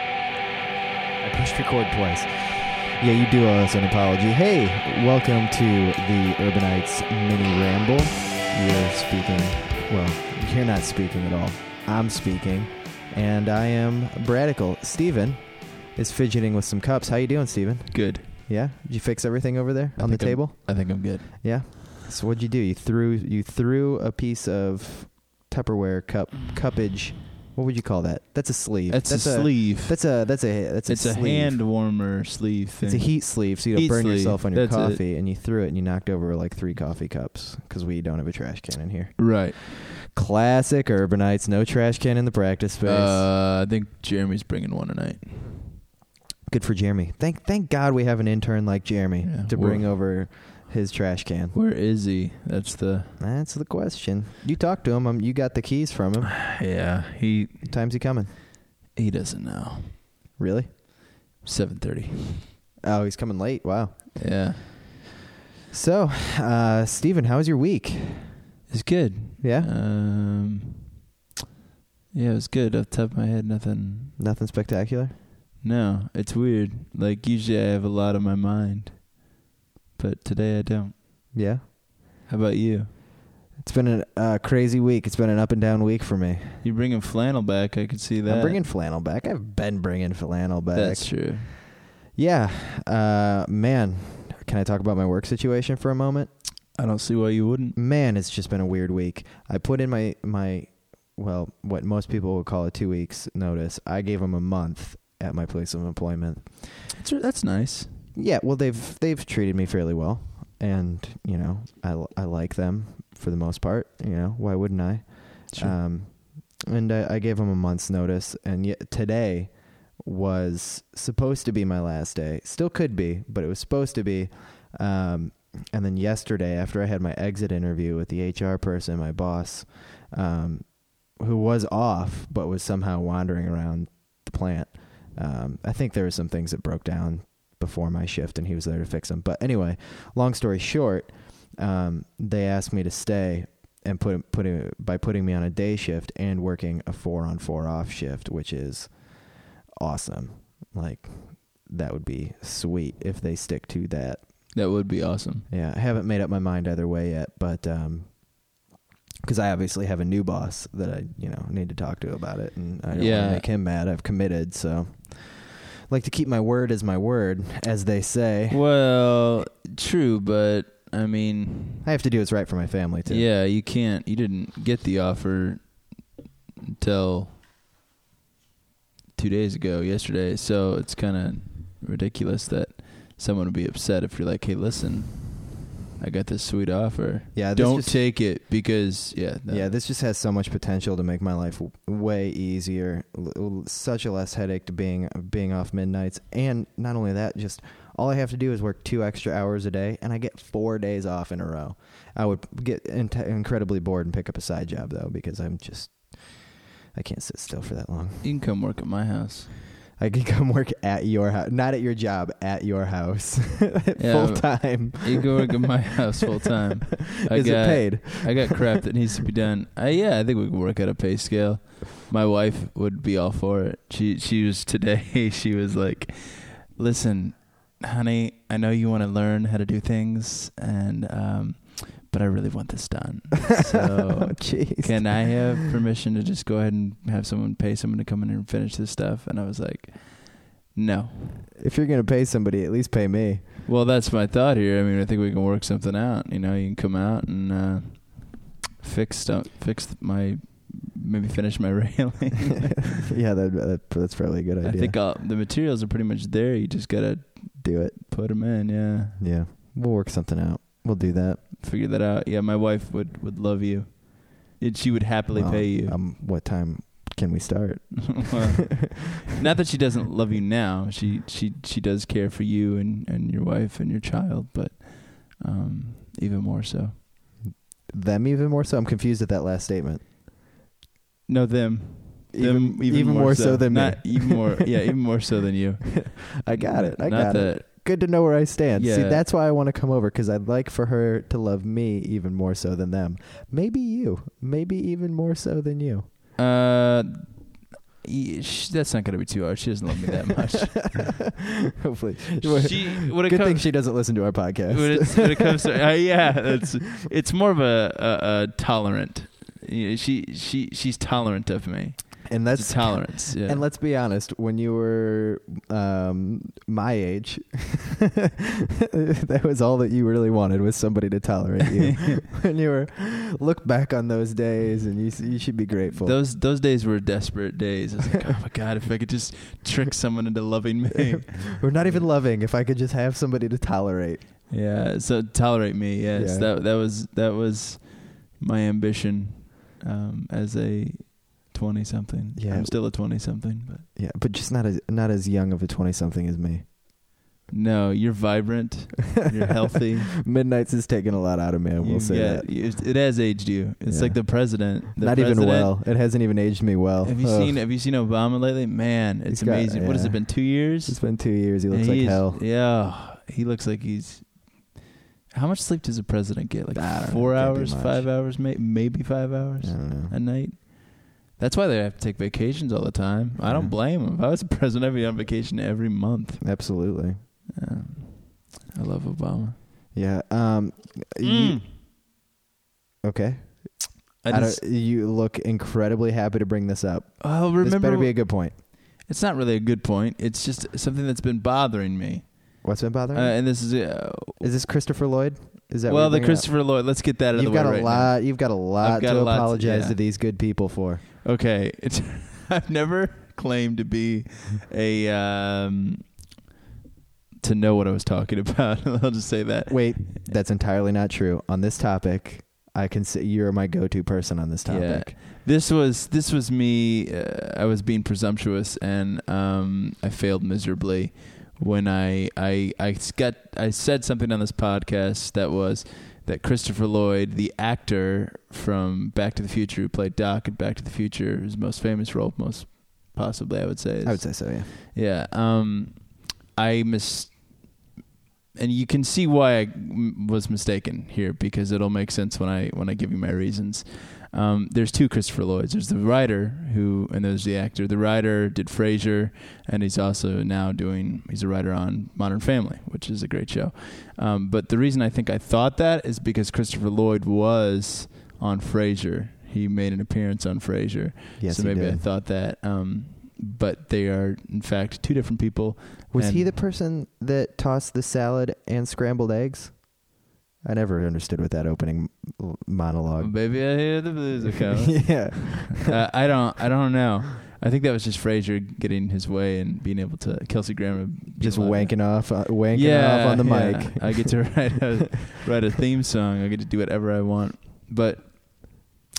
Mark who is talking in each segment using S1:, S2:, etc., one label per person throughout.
S1: I pushed record twice. Yeah, you do owe us an apology. Hey, welcome to the Urbanites mini ramble. You're speaking. Well, you're not speaking at all. I'm speaking, and I am Bradical. Steven is fidgeting with some cups. How you doing, Steven?
S2: Good.
S1: Yeah, did you fix everything over there
S2: I
S1: on the
S2: think I'm-
S1: table?
S2: I think I'm good.
S1: Yeah. So what'd you do? You threw you threw a piece of Tupperware cup cuppage. What would you call that? That's a sleeve.
S2: That's,
S1: that's
S2: a, sleeve.
S1: That's a that's a that's a
S2: it's a
S1: sleeve.
S2: hand warmer sleeve thing.
S1: It's a heat sleeve, so you don't
S2: Heat
S1: burn
S2: sleeve.
S1: yourself on your
S2: That's it.
S1: coffee. And you threw it, and you knocked over like three coffee cups because we don't have a trash can in here.
S2: Right.
S1: Classic urbanites, no trash can in the practice space.
S2: Uh, I think Jeremy's bringing one tonight.
S1: Good for Jeremy. Thank thank God we have an intern like Jeremy
S2: Yeah,
S1: to
S2: we're-
S1: bring over his trash can.
S2: Where is he? That's the
S1: That's the question. You talked to him. Um, you got the keys from him.
S2: yeah. He
S1: Time's he coming?
S2: he doesn't know.
S1: Really?
S2: Seven thirty.
S1: Oh, he's coming late. Wow.
S2: Yeah,
S1: So, uh, Steven, how was your week?
S2: it's good.
S1: Yeah?
S2: Um. Yeah, it was good. Off the top of my head, nothing.
S1: Nothing spectacular?
S2: No, it's weird. Like usually, I have a lot on my mind, but today I don't.
S1: Yeah.
S2: How about you?
S1: It's been a uh, crazy week. It's been an up and down week for me.
S2: You bringing flannel back? I could see that.
S1: I'm bringing flannel back. I've been bringing flannel back.
S2: That's true.
S1: yeah. Uh, man, can I talk about my work situation for a moment?
S2: I don't see why you wouldn't.
S1: Man, it's just been a weird week. I put in my my well, what most people would call a two weeks notice. I gave them a month at my place of employment.
S2: That's, that's nice.
S1: Yeah, well, they've they've treated me fairly well, and you know, I I like them for the most part. You know, why wouldn't I?
S2: Uh,
S1: Um, and I, I gave them a month's notice, and yet today was supposed to be my last day. Still could be, but it was supposed to be. Um, and then yesterday, after I had my exit interview with the HR person, my boss, um, who was off but was somehow wandering around the plant, um, I think there were some things that broke down before my shift, and he was there to fix them. But anyway, long story short, um, they asked me to stay, and put put by putting me on a day shift and working a four on four off shift, which is awesome. Like that would be sweet if they stick to that.
S2: that would be awesome.
S1: Yeah, I haven't made up my mind either way yet, but um 'cause because I obviously have a new boss that I you know need to talk to about it, and I don't want
S2: Yeah.
S1: to make him mad. I've committed, so like to keep my word as my word, as they say.
S2: Well, true, but I mean,
S1: I have to do what's right for my family too.
S2: yeah, you can't. You didn't get the offer until two days ago, yesterday. So it's kind of ridiculous that someone would be upset if you're like, "Hey, listen, I got this sweet offer.
S1: yeah. this
S2: Don't
S1: just-
S2: take it because yeah, no.
S1: Yeah, this just has so much potential to make my life w- way easier. L- l- such a less headache to being being off midnights, and not only that, just all I have to do is work two extra hours a day, and I get four days off in a row. I would get in- incredibly bored and pick up a side job though, because I'm just I can't sit still for that long.
S2: you can come work at my house.
S1: I can come work at your house, not at your job, at your house, full time.
S2: You can go work at my house full time. I
S1: Is
S2: got-
S1: it paid?
S2: I got crap that needs to be done. Uh, yeah, I think we can work out a pay scale. My wife would be all for it. She she was today. She was like, "Listen, honey, I know you want to learn how to do things, and um, but I really want this done. So
S1: Jeez.
S2: can I have permission to just go ahead and have someone pay someone to come in and finish this stuff?" And I was like, "No."
S1: if you're gonna pay somebody, at least pay me.
S2: Well, that's my thought here. I mean, I think we can work something out. You know, you can come out and uh, fix stuff, fix my maybe finish my railing.
S1: yeah, that, that that's probably a good idea.
S2: I think uh, I'll, the materials are pretty much there. You just gotta
S1: do it.
S2: put them in. Yeah,
S1: Yeah, we'll work something out. We'll do that.
S2: figure that out. Yeah, my wife would would love you. It, she would happily
S1: Well,
S2: pay you.
S1: Um, what time can we start?
S2: Well, not that she doesn't love you now. She she she does care for you and and your wife and your child, but um, even more so.
S1: Them even more so. I'm confused at that last statement.
S2: No, them.
S1: Even- even more so than me.
S2: Not even more. Yeah, even more so than you.
S1: I got it. I
S2: Not
S1: got it.
S2: that,
S1: Good to know where I stand. See,
S2: Yeah.
S1: that's why I want to come over because I'd like for her to love me even more so than them. Maybe you. Maybe even more so than you.
S2: Uh, y- sh- that's not gonna be too hard. She doesn't love me that much.
S1: Hopefully,
S2: she when it
S1: good thing
S2: comes
S1: she doesn't listen to our podcast.
S2: when, it's, when it comes to uh, yeah, it's it's more of a a, a tolerant. Yeah, she she she's tolerant of me.
S1: and
S2: It's
S1: that's
S2: a tolerance. Yeah.
S1: And let's be honest, when you were um, my age, that was all that you really wanted was somebody to tolerate you. when you were, look back on those days, and you s- you should be grateful.
S2: those those days were desperate days. I was like, oh my god, if I could just trick someone into loving me.
S1: we're not even loving. If I could just have somebody to tolerate,
S2: Yeah, so tolerate me. Yes,
S1: Yeah.
S2: that that was that was my ambition um, as a twenty something.
S1: Yeah.
S2: I'm still a twenty something, but
S1: yeah, but just not as not as young of a twenty something as me.
S2: no, you're vibrant, you're healthy.
S1: Midnight's has taken a lot out of me. I will
S2: You
S1: say
S2: get-
S1: that.
S2: It, it has aged you. It's
S1: Yeah.
S2: like the president. The
S1: not even
S2: president-
S1: well. It hasn't even aged me well.
S2: Have you
S1: Ugh.
S2: seen Have you seen Obama lately? Man, it's
S1: He's got-
S2: amazing. What has
S1: yeah.
S2: it been? Two years.
S1: It's been two years. He
S2: And
S1: looks like
S2: he's-
S1: hell.
S2: Yeah, he looks like he's. How much sleep does a president get?
S1: I
S2: Like
S1: don't
S2: four
S1: know. Can't be
S2: hours,
S1: much.
S2: five hours, may- maybe five hours.
S1: I don't know.
S2: a night. That's why they have to take vacations all the time. I
S1: Yeah.
S2: don't blame them. If I was president, I'd be on vacation every month.
S1: Absolutely.
S2: Um, I love Obama.
S1: Yeah. Um. you- okay.
S2: Mm. I
S1: I
S2: just,
S1: don't, you look incredibly happy to bring this up.
S2: oh,
S1: this better
S2: remember,
S1: be a good point.
S2: it's not really a good point. It's just something that's been bothering me.
S1: What's been
S2: Uh,
S1: bothering? you?
S2: and this is, uh,
S1: is this Christopher Lloyd? Is that
S2: well,
S1: what
S2: the
S1: you're bringing up?
S2: Christopher Lloyd. Let's get that out of
S1: You've
S2: the way
S1: got a
S2: right
S1: lot. You've got a lot
S2: got
S1: to
S2: a lot to-
S1: apologize
S2: yeah.
S1: to these good people for.
S2: now. Okay, it's, I've never claimed to be a um, to know what I was talking about. I'll just say that.
S1: Wait, that's entirely not true. On this topic, I can say you're my go-to person on this
S2: Yeah.
S1: topic.
S2: this was this was me uh, i was being presumptuous and um i failed miserably when i i i s- got i said something on this podcast that was that christopher lloyd the actor from back to the future who played doc in back to the future his most famous role most possibly i would say is,
S1: I would say so. Yeah.
S2: yeah. Um, I mis, and you can see why I m- was mistaken here because it'll make sense when I when I give you my reasons. Um, there's two Christopher Lloyds. There's the writer who, and there's the actor. The writer did Frasier, and he's also now doing. He's a writer on Modern Family, which is a great show. Um, but the reason I think I thought that is because Christopher Lloyd was on Frasier. He made an appearance on Frasier
S1: Yes.
S2: so
S1: he
S2: maybe I
S1: did.
S2: thought that. Um, but they are, in fact, two different people.
S1: Was he
S2: and-
S1: the person that tossed the salad and scrambled eggs? I never understood what that opening m- monologue.
S2: Oh, Baby, I hear the blues are coming.
S1: yeah.
S2: uh, I don't. I don't know. I think that was just Frazier getting his way and being able to Kelsey Grammer being
S1: Just
S2: allowed to-
S1: wanking off, uh, wanking
S2: yeah,
S1: off on the
S2: yeah.
S1: mic.
S2: I get to write a, write a theme song. I get to do whatever I want. But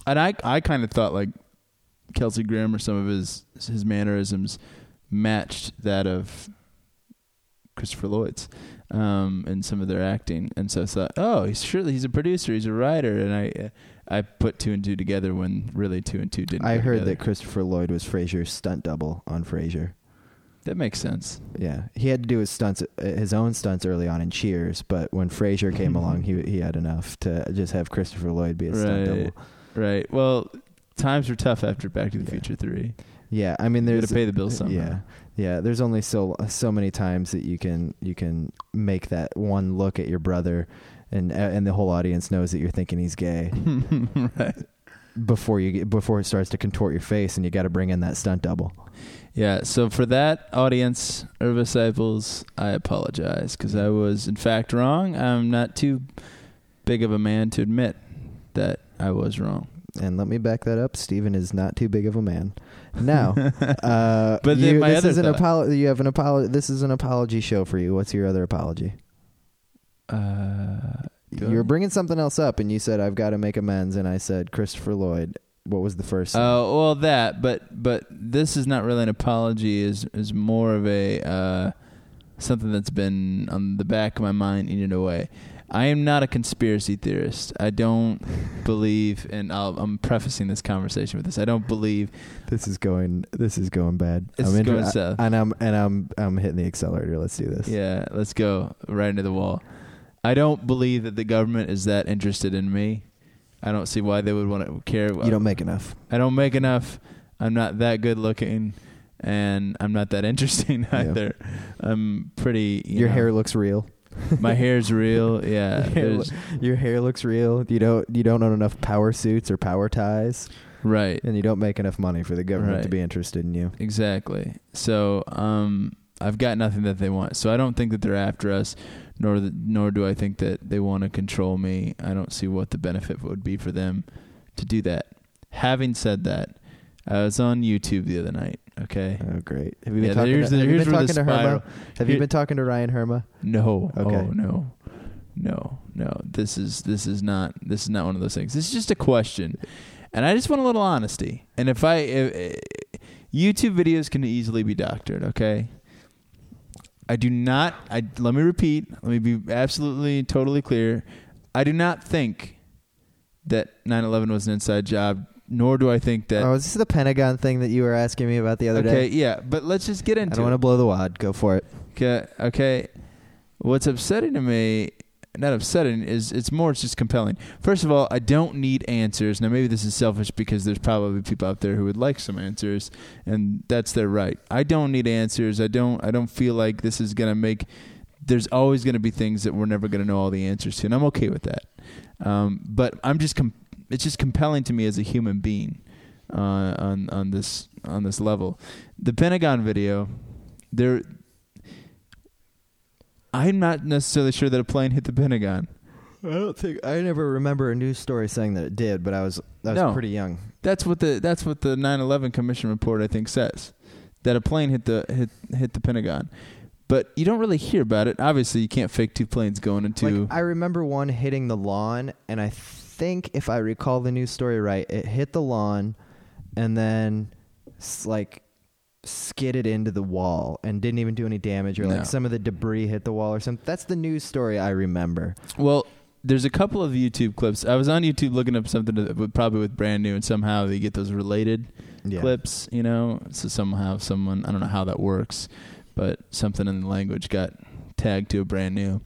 S2: and I I kind of thought like Kelsey Grammer, some of his his mannerisms matched that of Christopher Lloyd's um, and some of their acting, and so I thought, oh, he's surely he's a producer, he's a writer, and I. Uh, I put two and two together when really two and two didn't.
S1: I
S2: go
S1: heard
S2: together.
S1: that Christopher Lloyd was Frasier's stunt double on Frasier.
S2: that makes sense.
S1: Yeah, he had to do his stunts, uh, his own stunts early on in Cheers, but when Frasier
S2: Mm-hmm.
S1: came along, he he had enough to just have Christopher Lloyd be a stunt
S2: Right.
S1: double.
S2: Right. Well, times were tough after Back to the
S1: Yeah.
S2: Future Three.
S1: Yeah, I mean,
S2: You
S1: there's
S2: gotta pay the bills somehow.
S1: Yeah, yeah. There's only so so many times that you can you can make that one look at your brother, and and the whole audience knows that you're thinking he's gay
S2: right.
S1: before you get, before it starts to contort your face, and you got to bring in that stunt double.
S2: Yeah. So for that audience of disciples, I apologize because I was in fact wrong. I'm not too big of a man to admit that I was wrong.
S1: And let me back that up. Steven is not too big of a man. Now, uh,
S2: But
S1: you,
S2: then my
S1: this
S2: other
S1: is an
S2: thought-
S1: apolo- You have an apolo- This is an apology show for you. What's your other apology?
S2: Uh, Go
S1: You were
S2: ahead.
S1: bringing something else up, and you said I've got to make amends, and I said Christopher Lloyd. What was the first? thing?
S2: Oh well, that. But but this is not really an apology. is is more of a uh, something that's been on the back of my mind eating away. I am not a conspiracy theorist. I don't believe, and I'll, I'm prefacing this conversation with this. I don't believe
S1: This is going. This is going bad.
S2: it's
S1: I'm inter-
S2: going south.
S1: I- and I'm and I'm I'm hitting the accelerator. Let's do this.
S2: Yeah, let's go right into the wall. I don't believe that the government is that interested in me. I don't see why they would want to care.
S1: You don't make enough.
S2: I don't make enough. I'm not that good looking, and I'm not that interesting
S1: Yeah.
S2: either. I'm pretty. you
S1: Your
S2: know,
S1: hair looks real.
S2: My hair's real. Yeah.
S1: Your hair
S2: there's-
S1: Your hair looks real. You don't you don't own enough power suits or power ties,
S2: right.
S1: and you don't make enough money for the government to
S2: Right.
S1: be interested in you.
S2: Exactly. So um, I've got nothing that they want. So I don't think that they're after us, nor th- nor do I think that they want to control me. I don't see what the benefit would be for them to do that. Having said that, I was on YouTube the other night. Okay.
S1: Oh, great. Have you been
S2: Yeah,
S1: talking
S2: here's
S1: to,
S2: the-
S1: have you
S2: here's
S1: been
S2: where the
S1: talking to Herma?
S2: spiral-
S1: Have you
S2: here-
S1: been talking to Ryan Herma?
S2: No.
S1: Okay.
S2: Oh no. No. No. This is this is not this is not one of those things. This is just a question. And I just want a little honesty. And if I if, eh, YouTube videos can easily be doctored, okay? I do not I let me repeat. Let me be absolutely totally clear. I do not think that 9/11 was an inside job, nor do I think that
S1: oh, is this the Pentagon thing that you were asking me about the other
S2: Okay,
S1: day?
S2: yeah, but let's just get
S1: I
S2: into
S1: don't
S2: it.
S1: want to blow the wad. Go for it.
S2: Okay, okay. What's upsetting to me, not upsetting, is it's more it's just compelling. First of all, I don't need answers. Now maybe this is selfish because there's probably people out there who would like some answers and that's their right. I don't need answers. I don't I don't feel like this is going to make there's always going to be things that we're never going to know all the answers to and I'm okay with that. Um, but I'm just com- it's just compelling to me as a human being uh, on on this on this level. The Pentagon video there I'm not necessarily sure that a plane hit the Pentagon.
S1: I don't think I never remember a news story saying that it did, but I was I was
S2: No.
S1: pretty young.
S2: That's what the that's what the 9/11 Commission report I think says that a plane hit the hit hit the Pentagon, but you don't really hear about it. Obviously, you can't fake two planes going into
S1: Like I remember one hitting the lawn, and I think if I recall the news story right, it hit the lawn, and then s- like skidded into the wall and didn't even do any damage, or
S2: No.
S1: like some of the debris hit the wall or something. That's the news story I remember.
S2: well. There's a couple of YouTube clips. I was on YouTube looking up something that would- probably with brand new, and somehow they get those related
S1: Yeah.
S2: clips. You know, so somehow someone I don't know how that works, but something in the language got tagged to a brand new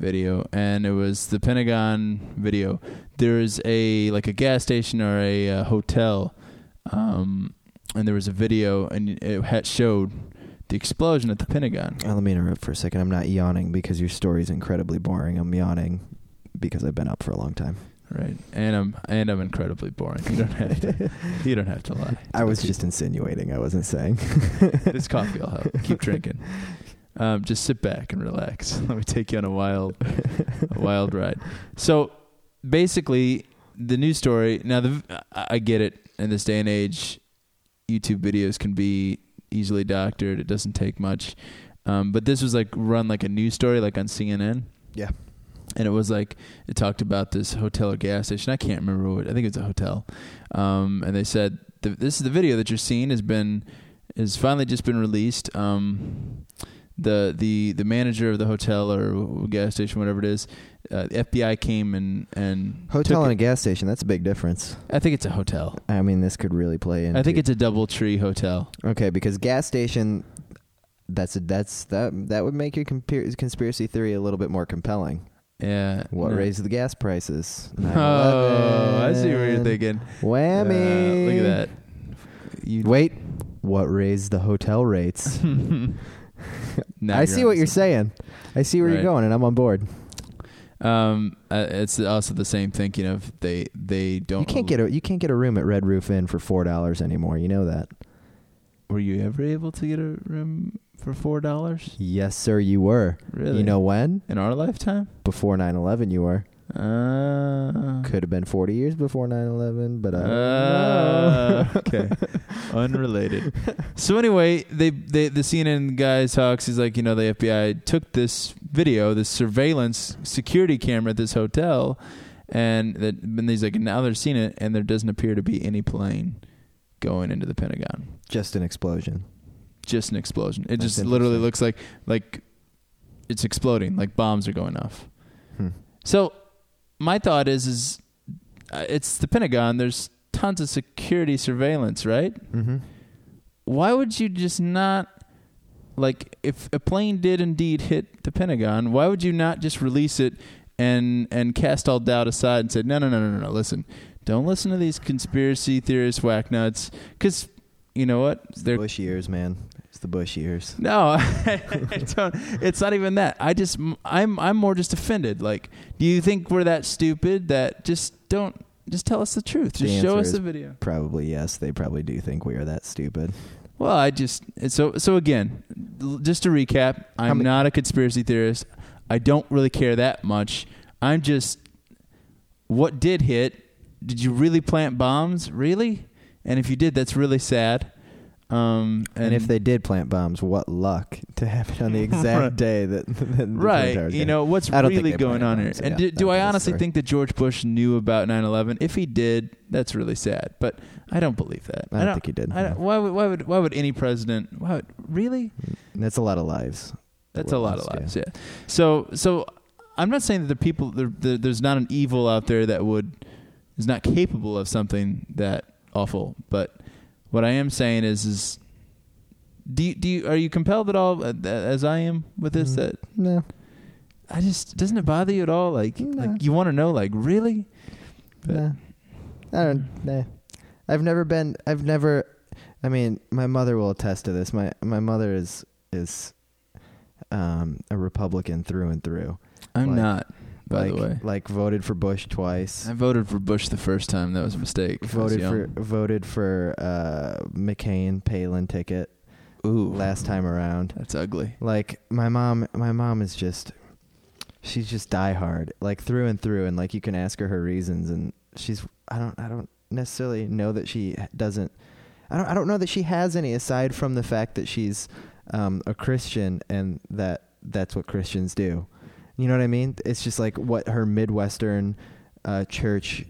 S2: video, and it was the Pentagon video. There is a like a gas station or a uh, hotel, um, and there was a video, and it had showed the explosion at the Pentagon.
S1: Uh, let me interrupt for a second. I'm not yawning because your story's incredibly boring. I'm yawning because I've been up for a long time.
S2: Right, and I'm and I'm incredibly boring. You don't have to. you don't have to lie.
S1: I was just insinuating. I wasn't saying.
S2: this coffee will help. Keep drinking. Um, just sit back and relax. Let me take you on a wild, a wild ride. So basically, the news story. Now, the I I get it. In this day and age, YouTube videos can be easily doctored. It doesn't take much. Um, but this was like run like a news story, like on CNN.
S1: Yeah.
S2: And it was like it talked about this hotel or gas station. I can't remember what. I think it's a hotel. Um, and they said the, this is the video that you're seeing has been has finally just been released. Um, the the the manager of the hotel or gas station, whatever it is, uh, the FBI came and and
S1: Hotel
S2: took
S1: and a gas station. That's a big difference.
S2: it. I think it's a hotel.
S1: I mean, this could really play into.
S2: I think it's a double tree hotel.
S1: Okay, because gas station. That's a, that's that that would make your compar- conspiracy theory a little bit more compelling.
S2: Yeah.
S1: What
S2: No.
S1: raised the gas prices?
S2: Oh, I see what you're
S1: 9/11.
S2: thinking.
S1: Whammy!
S2: Uh, look at that. You,
S1: Wait, what raised the hotel rates?
S2: Now
S1: I see
S2: on
S1: what you're
S2: something.
S1: saying. I see where
S2: Right.
S1: you're going, and I'm on board.
S2: Um, uh, it's also the same thinking of they they don't.
S1: You can't get a you can't get a room at Red Roof Inn for four dollars anymore. You know that?
S2: Were you ever able to get a room for four dollars?
S1: Yes, sir. You were.
S2: Really?
S1: You know when?
S2: in our lifetime.
S1: Before 9/11, you were.
S2: Uh,
S1: Could have been 40 years before 9/11, but I don't
S2: Uh,
S1: know.
S2: okay. Unrelated. So anyway, they, they the CNN guy talks. He's like, you know, the FBI took this video, this surveillance security camera at this hotel, and that and he's like, now they're seeing it, and there doesn't appear to be any plane going into the Pentagon.
S1: Just an explosion.
S2: Just an explosion. It
S1: That's
S2: just literally
S1: interesting.
S2: looks like like it's exploding, like bombs are going off.
S1: Hmm.
S2: So my thought is is uh, it's the Pentagon. There's tons of security surveillance, right?
S1: Mm-hmm.
S2: Why would you just not like if a plane did indeed hit the Pentagon, why would you not just release it and and cast all doubt aside and say no no no no no no listen. Don't listen to these conspiracy theorists whacknuts cuz you know what?
S1: It's the
S2: They're
S1: Bush years, man. It's the Bush years.
S2: no, I don't, it's not even that. I just I'm I'm more just offended. Like, do you think we're that stupid that just don't just tell us the truth?
S1: The
S2: Just show
S1: answer
S2: us
S1: is-
S2: the video.
S1: Probably yes. They probably do think we are that stupid.
S2: Well, I just so so again, l- just to recap, I'm
S1: many-
S2: not a conspiracy theorist. I don't really care that much. I'm just what did hit? Did you really plant bombs? Really? And if you did, that's really sad. Um,
S1: And, if they did plant bombs, what luck to have it on the exact
S2: Right.
S1: day that, that the Twin
S2: right
S1: Towers
S2: you
S1: came.
S2: know what's
S1: I don't think
S2: really
S1: they
S2: going
S1: planned
S2: on
S1: on
S2: here
S1: it, so
S2: and
S1: yeah,
S2: do, do
S1: that's
S2: i
S1: the
S2: honestly
S1: story.
S2: think that george bush knew about 9-11 if he did that's really sad but i don't believe that
S1: I don't think he did.
S2: I don't, why, would, why would why would any president why would, really
S1: That's a lot of lives.
S2: that's
S1: were
S2: a lot of
S1: lost, yeah.
S2: lives yeah. so so i'm not saying that the people there, there, there's not an evil out there that would is not capable of something that awful but what i am saying is is do you, do you, are you compelled at all uh, as i am with this
S1: Mhm.
S2: that
S1: No.
S2: I just doesn't it bother you at all? Like,
S1: No.
S2: like you want to know? Like, really? But-
S1: Nah. I don't. Nah. I've never been. I've never. I mean, my mother will attest to this. My my mother is is um, a Republican through and through.
S2: I'm
S1: Like-
S2: not. By
S1: like,
S2: the way,
S1: like voted for Bush twice.
S2: I voted for Bush the first time. That was a mistake. I was
S1: voted for
S2: young.
S1: voted for uh, McCain Palin ticket
S2: ooh
S1: last time around.
S2: That's ugly.
S1: Like my mom, my mom is just she's just diehard, like through and through, and like you can ask her her reasons, and she's I don't I don't necessarily know that she doesn't. I don't I don't know that she has any aside from the fact that she's um, a Christian and that that's what Christians do. You know what I mean? It's just like what her Midwestern uh, church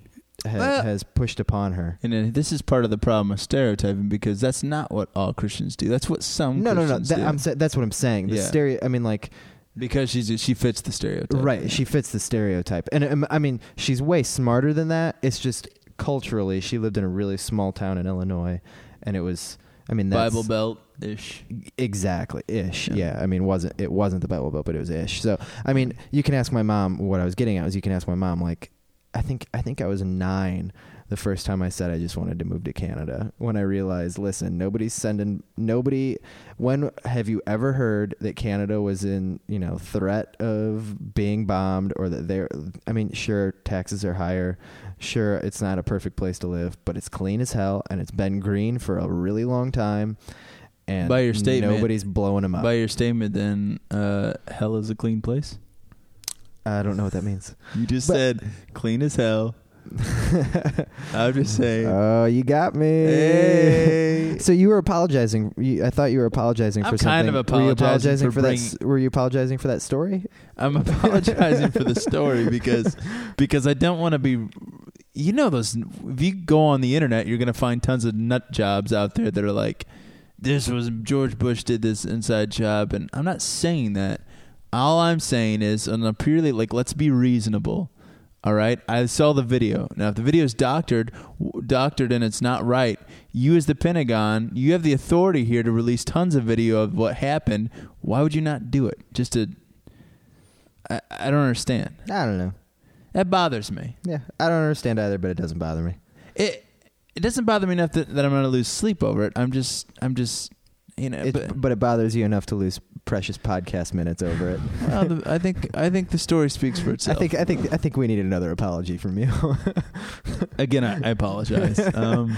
S1: ha-
S2: Well-
S1: has pushed upon her.
S2: And then this is part of the problem of stereotyping because that's not what all Christians do. That's what some
S1: No, no, no.
S2: Christians
S1: That,
S2: do.
S1: I'm sa- that's what I'm saying. The
S2: Yeah.
S1: stereo. I mean, like
S2: because she's she fits the stereotype.
S1: Right. She fits the stereotype. And um, I mean, she's way smarter than that. It's just culturally, she lived in a really small town in Illinois. And it was, I mean, that's
S2: Bible Belt ish.
S1: exactly ish.
S2: Yeah.
S1: Yeah. I mean, wasn't, it wasn't the Bible Belt, but it was ish. So, I mean, you can ask my mom what I was getting at was you can ask my mom, like, I think, I think I was nine the first time I said I just wanted to move to Canada when I realized, listen, nobody's sending, nobody, when have you ever heard that Canada was in, you know, threat of being bombed or that they're, I mean, sure, taxes are higher. Sure, it's not a perfect place to live, but it's clean as hell and it's been green for a really long time. And
S2: By your statement-
S1: nobody's blowing them up.
S2: By your statement, then uh, hell is a clean place.
S1: I don't know what that means.
S2: You just
S1: But-
S2: said clean as hell. I'm just saying.
S1: Oh, you got me.
S2: Hey.
S1: So you were apologizing. You, I thought you were apologizing
S2: I'm
S1: for something.
S2: kind of
S1: were you apologizing
S2: apologizing for
S1: for that? s- Were you apologizing for that story?
S2: I'm apologizing for the story because because I don't want to be. You know those. If you go on the internet, you're gonna find tons of nut jobs out there that are like, "This was George Bush did this inside job," and I'm not saying that. All I'm saying is, on a purely like, let's be reasonable. All right, I saw the video. Now, if the video is doctored, w- doctored, and it's not right, you as the Pentagon, you have the authority here to release tons of video of what happened. Why would you not do it? Just to, I, I don't understand.
S1: I don't know.
S2: That bothers me.
S1: Yeah, I don't understand either, but it doesn't bother me.
S2: It it doesn't bother me enough that, that I'm going to lose sleep over it. I'm just I'm just you know.
S1: It,
S2: but,
S1: but, it bothers you enough to lose precious podcast minutes over it.
S2: well, the, I think I think the story speaks for
S1: I
S2: itself.
S1: think I think I think we need another apology from you.
S2: again. I, I apologize. Um,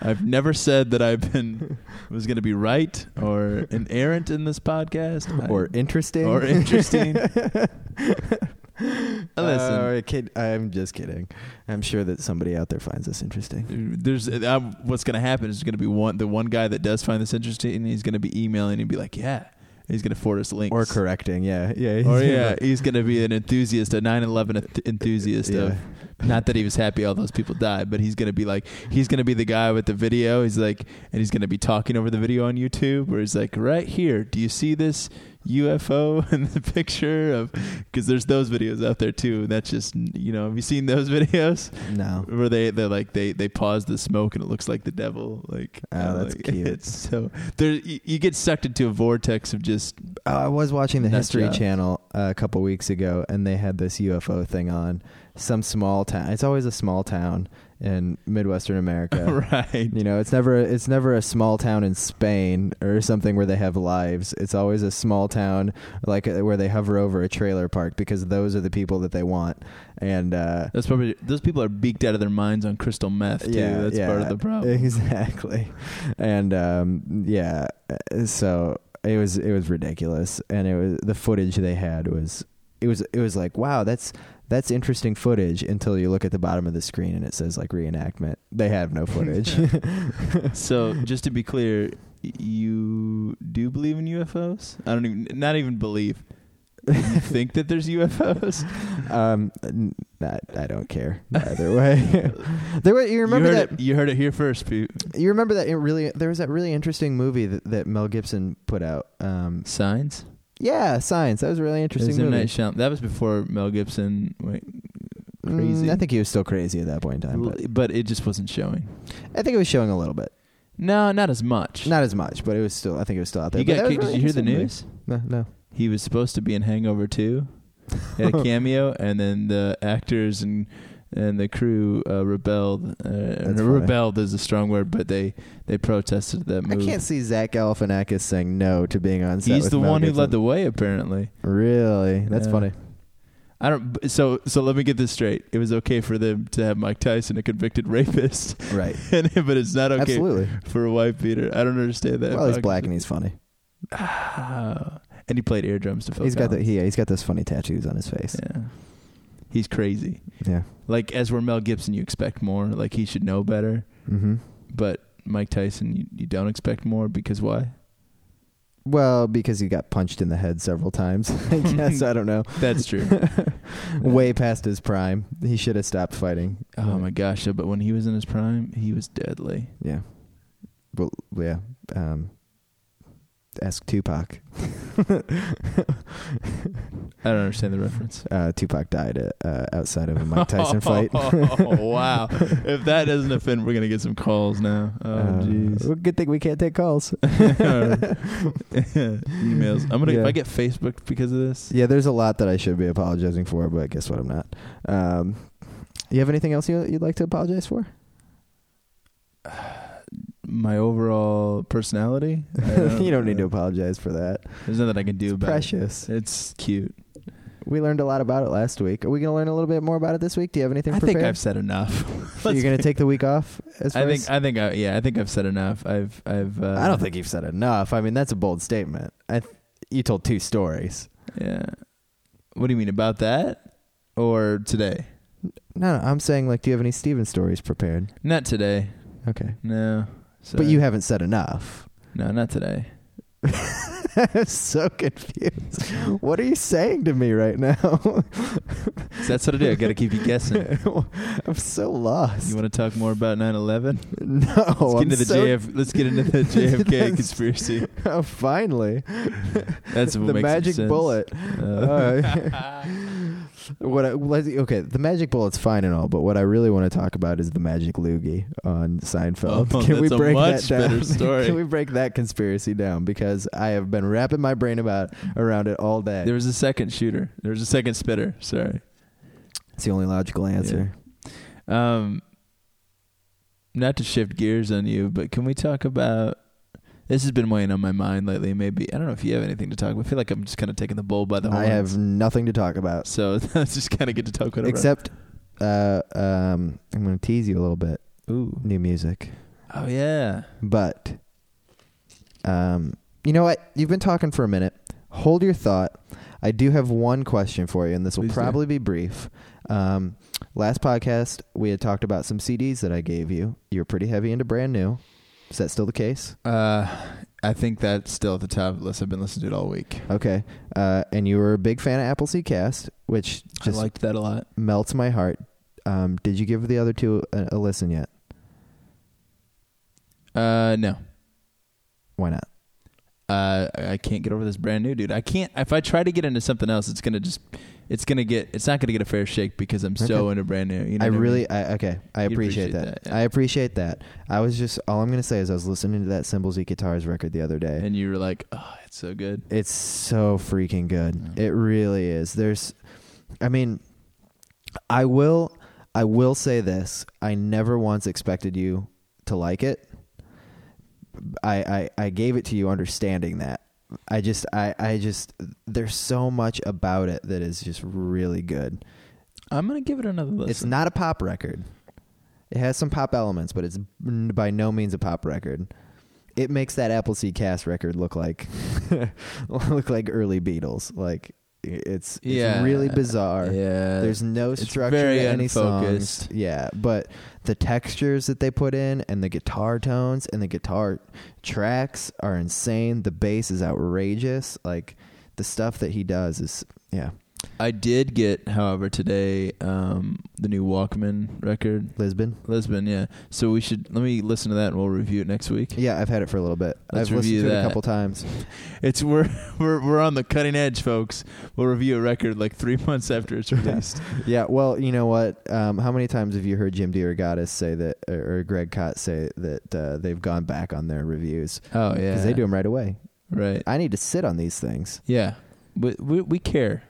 S2: I've never said that I've been was going to be right or an errant in this podcast
S1: or interesting.
S2: or interesting. Listen.
S1: Uh, kid, I'm just kidding. I'm sure that somebody out there finds this interesting.
S2: there's i what's going to happen is going to be one the one guy that does find this interesting and he's going to be emailing and be like yeah he's going to forward us links
S1: Or correcting, yeah, Oh, yeah,
S2: or yeah he's going to be an enthusiast a 9-11 enth- enthusiast of not that he was happy all those people died but he's going to be like he's going to be the guy with the video he's like and he's going to be talking over the video on youtube where he's like right here do you see this ufo and the picture of because there's those videos out there too that's just you know have you seen those videos
S1: No,
S2: where they they like they they pause the smoke and it looks like the devil like
S1: Oh,
S2: uh,
S1: that's
S2: like,
S1: cute.
S2: it's so there you, you get sucked into a vortex of just
S1: Oh, I was watching the
S2: Nut
S1: History
S2: job.
S1: Channel uh, a couple weeks ago, and they had this UFO thing on some small town. It's always a small town in Midwestern America.
S2: right.
S1: You know, it's never it's never a small town in Spain or something where they have lives. It's always a small town like uh, where they hover over a trailer park because those are the people that they want. And uh,
S2: That's probably those people are beaked out of their minds on crystal meth too.
S1: Yeah,
S2: That's
S1: yeah,
S2: part of the problem.
S1: exactly. And um, yeah, uh, so it was it was ridiculous, and it was the footage they had was it was it was like wow that's that's interesting footage until you look at the bottom of the screen and it says like reenactment. They have no footage.
S2: so just to be clear, y- you do believe in UFOs? I don't even not even believe. you think that there's UFOs?
S1: Um, n- I, I don't care either way. there were, you remember
S2: heard
S1: that
S2: it, you heard it here first, Pete.
S1: you remember that it really there was that really interesting movie that, that Mel Gibson put out. Um,
S2: Signs.
S1: yeah, Science. That was a really interesting
S2: Is there
S1: movie.
S2: Night Shyam- That was before Mel Gibson. Wait,
S1: Mm,
S2: crazy.
S1: I think he was still crazy at that point in time, but
S2: but it just wasn't showing.
S1: I think it was showing a little bit,
S2: No, not as much.
S1: not as much, but it was still. I think it was still out there.
S2: he
S1: But
S2: got
S1: that was
S2: kicked.
S1: really
S2: Did you hear the
S1: interesting
S2: news?
S1: movie. No, no.
S2: He was supposed to be in Hangover 2. He had a cameo, and then the actors and and the crew uh, rebelled. Uh,
S1: That's funny.
S2: rebelled is a strong word, but they they protested that
S1: I
S2: move.
S1: can't see Zach Galifianakis saying no to being on set.
S2: He's
S1: with
S2: the
S1: Mel
S2: one who
S1: Gibson.
S2: led the way, apparently.
S1: Really, that's
S2: Yeah.
S1: funny.
S2: I don't. b- So so let me get this straight. It was okay for them to have Mike Tyson, a convicted rapist,
S1: Right.
S2: and, but it's not okay
S1: Absolutely.
S2: for a white beater. I don't understand that.
S1: Well, he's black and he's funny.
S2: Ah. and he played eardrums to Phil.
S1: He's got the
S2: Collins.
S1: he, yeah, he's got those funny tattoos on his face.
S2: Yeah. He's crazy.
S1: Yeah.
S2: Like as where Mel Gibson, you expect more. Like he should know better.
S1: Mm-hmm.
S2: But Mike Tyson, you, you don't expect more because why?
S1: Well, because he got punched in the head several times. I guess I don't know.
S2: That's true.
S1: Way past his prime, he should have stopped fighting.
S2: oh my gosh! But when he was in his prime, he was deadly.
S1: Yeah. Well, yeah. Um, ask Tupac.
S2: I don't understand the reference.
S1: Uh, Tupac died uh, outside of a Mike Tyson fight.
S2: oh wow! If that doesn't offend, we're gonna get some calls now. Oh
S1: Uh,
S2: jeez.
S1: well, good thing we can't take calls.
S2: Emails. I'm gonna if
S1: Yeah.
S2: I get Facebooked because of this.
S1: Yeah, there's a lot that I should be apologizing for, but guess what? I'm not. Um, you have anything else you, you'd like to apologize for?
S2: My overall personality. I uh,
S1: you don't need to apologize for that.
S2: There's nothing I can do about it.
S1: Precious.
S2: It's cute.
S1: We learned a lot about it last week. Are we going to learn a little bit more about it this week? Do you have anything
S2: I
S1: prepared?
S2: think I've said enough.
S1: You're
S2: Let's-
S1: going to take the week off? As
S2: I
S1: far
S2: think
S1: as-
S2: I think I yeah I think I've said enough. I've I've uh,
S1: I don't think you've said enough. I mean, that's a bold statement. I th- you told two stories.
S2: yeah. What do you mean about that or today?
S1: No, no, I'm saying like, do you have any Steven stories prepared?
S2: Not today.
S1: Okay,
S2: No. So,
S1: but you haven't said enough.
S2: no not today.
S1: I'm so confused. What are you saying to me right now?
S2: So that's what I do. I got to keep you guessing.
S1: I'm so lost.
S2: You want to talk more about 9/11?
S1: no,
S2: Let's
S1: Oh, I'm
S2: get into the
S1: so-
S2: JF. Let's get into the JFK
S1: That's-
S2: conspiracy.
S1: Oh, finally,
S2: That's what
S1: the
S2: makes
S1: magic
S2: sense.
S1: bullet.
S2: Uh,
S1: What I, let's- okay, the magic bullet's fine and all, but what I really want to talk about is the magic loogie on Seinfeld.
S2: Oh,
S1: Can we
S2: that's a
S1: break
S2: much
S1: that down?
S2: better story.
S1: Can we break that conspiracy down? Because I have been wrapping my brain about around it all day.
S2: there was a second shooter. There was a second spitter. Sorry.
S1: it's the only logical answer.
S2: Um, not to shift gears on you, but can we talk about? This has been weighing on my mind lately. Maybe I don't know if you have anything to talk. about. I feel like I'm just kind of taking the bull by the
S1: I
S2: horns.
S1: have nothing to talk about
S2: so let's just kind of get to talk whatever.
S1: except uh, um, I'm going to tease you a little bit.
S2: ooh,
S1: New music,
S2: oh yeah,
S1: but um, you know what? You've been talking for a minute. Hold your thought. I do have one question for you, and this will
S2: Please do.
S1: probably be brief. Um, last podcast, we had talked about some CDs that I gave you. You were pretty heavy into brand new. Is that still the case?
S2: uh, I think that's still at the top of the list. I've been listening to it all week.
S1: Okay. Uh, and you were a big fan of Appleseed Cast, which just
S2: I liked that a lot.
S1: melts my heart. Um, did you give the other two a, a listen yet?
S2: Uh, no,
S1: Why not?
S2: uh, I I can't get over this brand new dude. I can't. If I try to get into something else, it's gonna just, it's gonna get, it's not gonna get a fair shake because I'm so into brand new. You know
S1: I
S2: what mean?
S1: really, I, okay, I
S2: You'd
S1: appreciate,
S2: appreciate
S1: that.
S2: that, yeah.
S1: I appreciate that. I was just all I'm gonna say is I was listening to that Symbols E Guitars record the other day.
S2: and you were like, oh, it's so good.
S1: it's so freaking good.
S2: Yeah.
S1: It really is. There's, I mean, I will, I will say this: I never once expected you to like it. I I, I gave it to you, understanding that. I just I I just there's so much about it that is just really good.
S2: I'm gonna give it another listen.
S1: It's not a pop record. It has some pop elements, but it's by no means a pop record. It makes that Appleseed Cast record look like look like early Beatles. Like it's it's
S2: Yeah.
S1: really bizarre.
S2: yeah.
S1: There's no
S2: It's
S1: structure
S2: very
S1: to any songs.
S2: unfocused.
S1: Yeah, but the textures that they put in and the guitar tones and the guitar tracks are insane. The bass is outrageous. Like the stuff that he does is yeah.
S2: I did get, however, today um, the new Walkman record,
S1: Lisbon.
S2: Lisbon. Yeah. So we should let me listen to that and we'll review it next week.
S1: Yeah, I've had it for a little bit.
S2: Let's
S1: I've listened
S2: review
S1: to it a
S2: that.
S1: couple times.
S2: It's we're we're we're on the cutting edge, folks. We'll review a record like three months after it's released.
S1: Yeah, well, you know what? Um, how many times have you heard Jim DeRogatis say that, or or Greg Cott say that uh, they've gone back on their reviews
S2: Oh yeah,
S1: because they do them right away?
S2: right.
S1: I need to sit on these things.
S2: Yeah, we we, we care.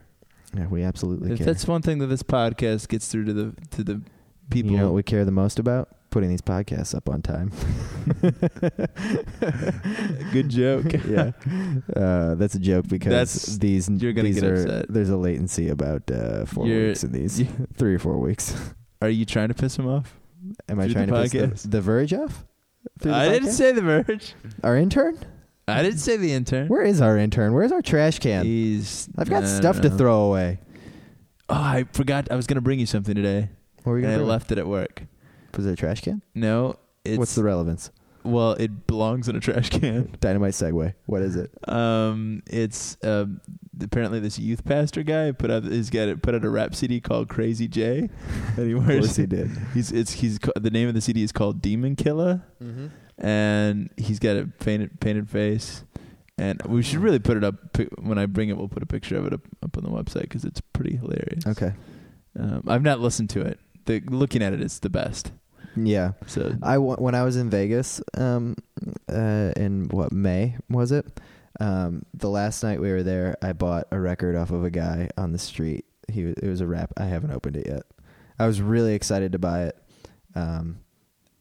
S1: Yeah, we absolutely
S2: if
S1: care.
S2: that's one thing that this podcast gets through to the to the people,
S1: You know what we care the most about? Putting these podcasts up on time.
S2: good joke.
S1: yeah, uh, that's a joke because
S2: That's-
S1: these
S2: you're gonna
S1: these
S2: get
S1: are-
S2: upset.
S1: There's a latency about uh, 4
S2: You're-
S1: weeks in these,
S2: you-
S1: three or four weeks.
S2: Are you trying to piss him off?
S1: Am I
S2: Through
S1: trying
S2: the
S1: to piss the,
S2: podcast.
S1: the Verge off? Through the
S2: I didn't
S1: podcast?
S2: say the Verge.
S1: our intern.
S2: I didn't say the intern.
S1: Where is our intern? Where's our trash can?
S2: He's.
S1: I've got
S2: no,
S1: stuff
S2: no,
S1: to
S2: no.
S1: throw away.
S2: Oh, I forgot. I was gonna bring you something today,
S1: What were you
S2: and
S1: gonna
S2: I
S1: bring?
S2: left it at work.
S1: Was it a trash can?
S2: No, it's
S1: What's the relevance?
S2: well, it belongs in a trash can.
S1: Dynamite segue. What is it?
S2: Um, it's um, apparently this youth pastor guy put out. He's got it put out a rap CD called Crazy J, and he
S1: Of course
S2: wears.
S1: he did.
S2: He's it's he's ca- the name of the CD is called Demon Killer,
S1: Mm-hmm.
S2: and he's got a painted painted face. And we should really put it up pi- when I bring it. We'll put a picture of it up, up on the website because it's pretty hilarious.
S1: Okay.
S2: Um, I've not listened to it. The looking at it, it's the best.
S1: Yeah.
S2: So
S1: I wa- when I was in Vegas, um, uh, in what May was it? Um, the last night we were there, I bought a record off of a guy on the street. He wa- it was a rap. I haven't opened it yet. I was really excited to buy it, um,